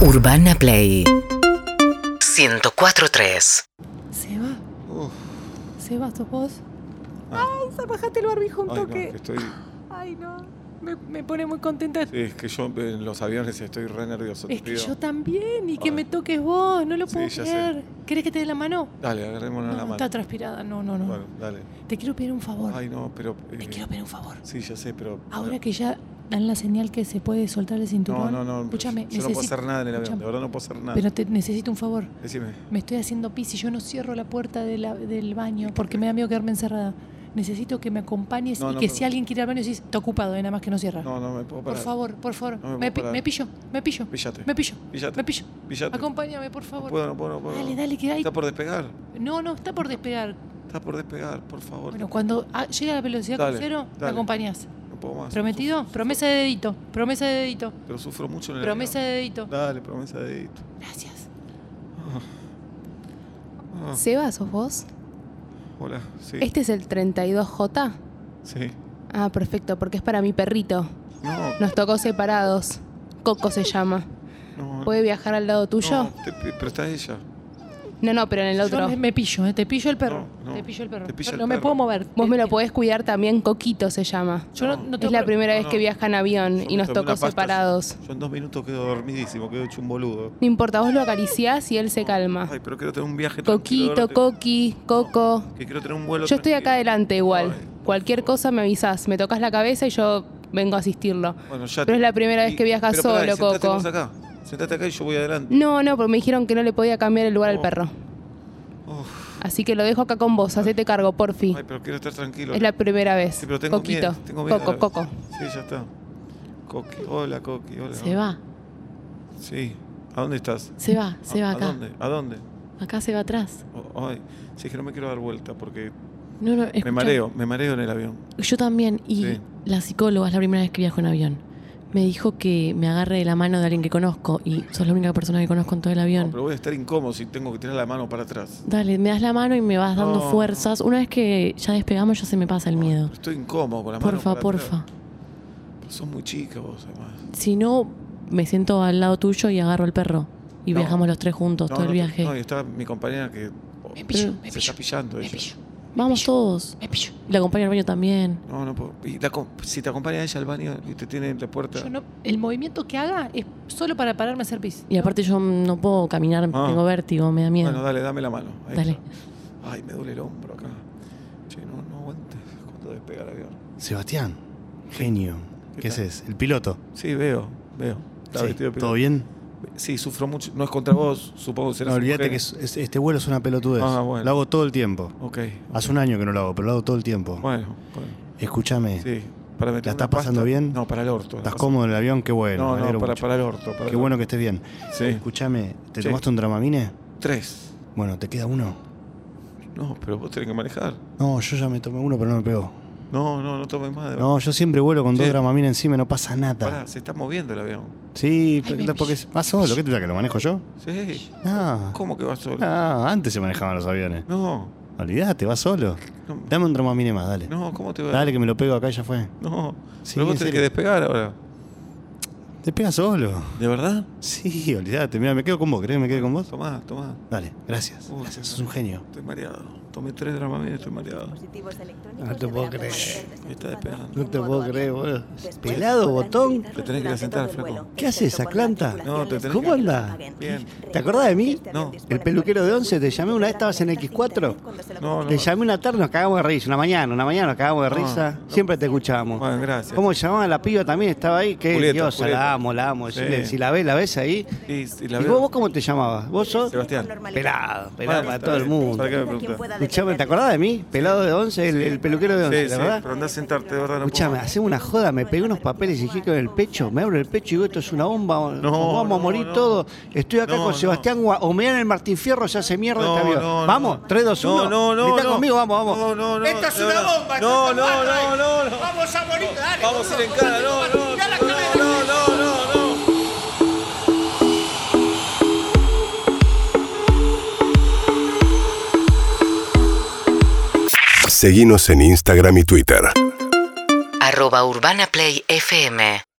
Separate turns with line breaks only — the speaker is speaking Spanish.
Urbana Play 104.3
Se va.
Uf,
Se va, ¿sos vos?
ay,
Bajate el barbijo Ah, un
ay, no,
toque.
que estoy,
Ay, no. Me, me pone muy contenta.
sí, es que yo en los aviones estoy re nervioso. te
Es que
pido.
yo también. Y que
Ay.
me toques vos. No lo
Sí,
puedo
ya sé.
creer. ¿Querés que te dé la mano?
Dale, agarrémonos
no,
la mano.
está transpirada. No, no, no.
Bueno, dale.
Te quiero pedir un favor.
Ay, no, pero.
Te
eh,
quiero pedir un favor.
Sí, ya sé, pero.
Ahora que ya dan la señal que se puede soltar el
No,
cinturón.
no, no.
Escúchame,
yo no puedo
necesito-
hacer nada en el avión,
escúchame,
de verdad no puedo hacer nada.
Pero te necesito un favor.
Decime.
Me estoy haciendo pis y yo no cierro la puerta de la- del baño porque me da miedo quedarme encerrada. Necesito que me acompañes
No,
y
no,
que
pero-
si alguien quiere ir al baño decís, está ocupado, eh, nada más que no cierra.
No, no me puedo parar.
por favor, por favor.
No me
me,
puedo
pi-
parar.
me pillo, me pillo.
Píllate.
Me pillo.
Píllate.
Me pillo.
Píllate.
Acompáñame, por favor.
No puedo, no puedo, no puedo.
Dale, dale, que hay.
Está por despegar.
No, no, está por despegar.
Está por despegar, por favor.
Bueno, cuando ah, llega a la velocidad
Dale,
crucero, me
dale.
acompañás.
no puedo más.
¿Prometido?
Sufro-
Promesa de dedito. Promesa de dedito.
Pero sufro mucho en el
Promesa de dedito.
avión. Dale, promesa de dedito.
Gracias.
Ah,
Seba, ¿sos vos?
hola, sí.
¿Este es el 32J?
Sí.
Ah, perfecto, porque es para mi perrito.
No,
Nos tocó separados. Coco se llama.
no.
¿Puede viajar al lado tuyo?
No, te- pero está ella.
No, no, pero en el
Yo
otro.
me, me pillo, eh, te pillo el perro.
No, no,
te pillo el perro.
te pillo el
no me
perro.
puedo mover. Eh,
Vos me lo podés cuidar también, Coquito se llama.
Yo no, no
No,
tengo
Es la
pro-
primera
no,
vez
no.
que viaja en avión
Yo
y
me
nos
tomé una
tocó
pasta,
separados.
Yo en dos minutos quedo dormidísimo, quedo hecho un boludo.
No importa, vos lo acariciás y él se calma.
Ay, pero quiero tener un viaje tranquilo.
Ah. Coquito,
ahora te-
Coqui, Coco.
Que quiero tener un vuelo
Yo estoy acá
tranquilo.
adelante igual.
Ay, por
Cualquier
favor.
cosa me avisás. Me tocas la cabeza y yo vengo a asistirlo.
Bueno, ya
Pero es la primera vez que viajas
pero pará,
solo,
y sentate
Coco.
vos acá. Sentate acá y yo voy adelante.
No, no, porque me dijeron que no le podía cambiar el lugar al
Oh.
perro.
Uf,
Así que lo dejo acá con vos, hacete cargo, porfi.
Ay, pero quiero estar tranquilo.
Es la primera vez.
Sí, pero tengo
Coquito,
miedo, tengo miedo.
Coco, Coco.
Sí, ya está. Coqui, hola, Coqui, hola.
Se va,
Sí. ¿A dónde estás?
se va, se
¿A-
va
¿A
acá.
dónde? ¿A dónde?
Acá se va atrás.
Oh, ay, sí, es que no me quiero dar vuelta porque
No, no,
me
escucha,
mareo, me mareo en el avión.
Yo también, y
Sí.
la psicóloga es la primera vez que viajo en avión. Me dijo que me agarre de la mano de alguien que conozco y sos la única persona que conozco en todo el
No,
avión.
pero voy a estar incómodo si tengo que tirar la mano para atrás.
Dale, me das la mano y me vas dando
No.
fuerzas. Una vez que ya despegamos ya se me pasa el miedo.
Estoy incómodo con la mano.
Porfa,
para atrás.
porfa.
Pero sos muy chica vos, además.
Si no, me siento al lado tuyo y agarro al perro. Y
No.
viajamos los tres juntos todo el
te-
viaje.
No, y está mi compañera que oh,
pillo,
se está pillando ella.
Vamos todos. Y la acompaño al baño también.
No, no puedo. Y te acom- si te acompaña ella al baño y te tiene en la puerta.
Yo no- el movimiento que haga es solo para pararme a hacer pis.
Y aparte yo no puedo caminar,
Ah.
tengo vértigo, me da miedo.
Bueno, dale, dame la mano. Ahí
Dale.
está. Ay, me duele el hombro acá. Che, no, no aguantes cuando despega el avión.
Sebastián, genio.
¿Qué
¿Qué
tal?
haces? El piloto.
Sí, veo, veo. Está
Sí,
vestido de
¿Todo bien?
piloto. Sí, sufro mucho. No es contra vos, supongo que será
No, olvídate que es- es- este vuelo es una pelotudez.
Ah, bueno.
Lo hago todo el tiempo.
Ok.
Hace un año que no lo hago, pero lo hago todo el tiempo.
Bueno, bueno.
Escúchame,
Sí. Para meter
¿La
una
estás pasando
pasta-
bien?
No, para el orto.
¿estás
La-
cómodo en el avión? Qué bueno. me
No, no,
alegro
para,
mucho.
para el orto. para el
Qué
orto.
bueno que estés bien.
Sí.
Escúchame, ¿te
Sí.
tomaste un dramamine?
Tres.
Bueno, ¿te queda uno?
No, pero vos tenés que manejar.
No, yo ya me tomé uno, pero no me pegó.
No, no, no tomes más. de-
No, yo siempre vuelo con dos
Sí.
dramamine encima y no pasa nada.
Pará, se está moviendo el avión.
Sí, porque vas solo. ¿Qué te da que lo manejo yo?
Sí.
Ah,
¿Cómo que va solo?
ah, antes se manejaban los aviones.
No,
Olvídate, vas solo.
no,
Dame un dramamine más, dale.
no, ¿cómo te va?
Dale, que me lo pego acá y ya fue.
No,
Sí,
pero vos tenés
en
que
serio.
despegar ahora.
Te pega solo.
¿De verdad?
Sí, olvídate. Mira, me quedo con vos. ¿Crees que me quede con vos?
Tomá, tomá.
Dale, gracias.
Uy,
Gracias, sos un genio.
Estoy mareado. Tomé tres dramas, estoy mareado.
No te puedo creer.
Está despegando.
No te puedo creer, boludo. Pelado, botón.
Te tenés que ir a sentar, flaco.
¿Qué haces, Atlanta?
No, te tenés
¿Cómo
que-
anda?
Bien.
¿Te acordás de mí?
No.
El peluquero de once, te llamé una vez, estabas en X4.
No, no.
Te llamé una tarde, nos cagamos de risa. Una mañana, una mañana nos cagamos de
No,
risa.
Ah, no.
Siempre te escuchábamos.
Bueno, gracias.
¿Cómo llamaba la piba también? Estaba ahí. Qué
Julieta,
diosa,
Julieta.
la amo, la amo.
Sí.
Decirle, Si la ves, la ves ahí.
Y, y la
¿Y
veo-
vos, vos cómo te llamabas? ¿Vos sos?
Sebastián.
Pelado, pelado
Bueno,
para
está
todo el
bien.
mundo.
¿Para qué me preguntás?
Escuchame, ¿te acordás de mí? Pelado de once, el, el peluquero de once,
Sí, sí,
¿la
pero
verdad?
andá a sentarte, de verdad. no
Escuchame,
puedo.
hacemos una joda, me pegué unos papeles y con el pecho, me abro el pecho y digo, esto es una bomba, nos vamos
no,
a morir
no.
todos. Estoy acá
No,
con
no.
Sebastián Gua, o me dan el Martín Fierro, se hace mierda
No,
este avión.
no, no.
vamos, 3, 2, 1.
No, no, no.
Gritá
no.
conmigo, vamos, vamos.
No, no, no.
Esta es
no,
una
no.
bomba,
No,
esto es
no,
una
no,
bomba.
no, no.
Vamos a morir, dale.
Vamos a ir en cara, no, no.
Mirá la cara de-
No, no, no, no, no.
Seguinos en Instagram y Twitter.
arroba Urbana Play FM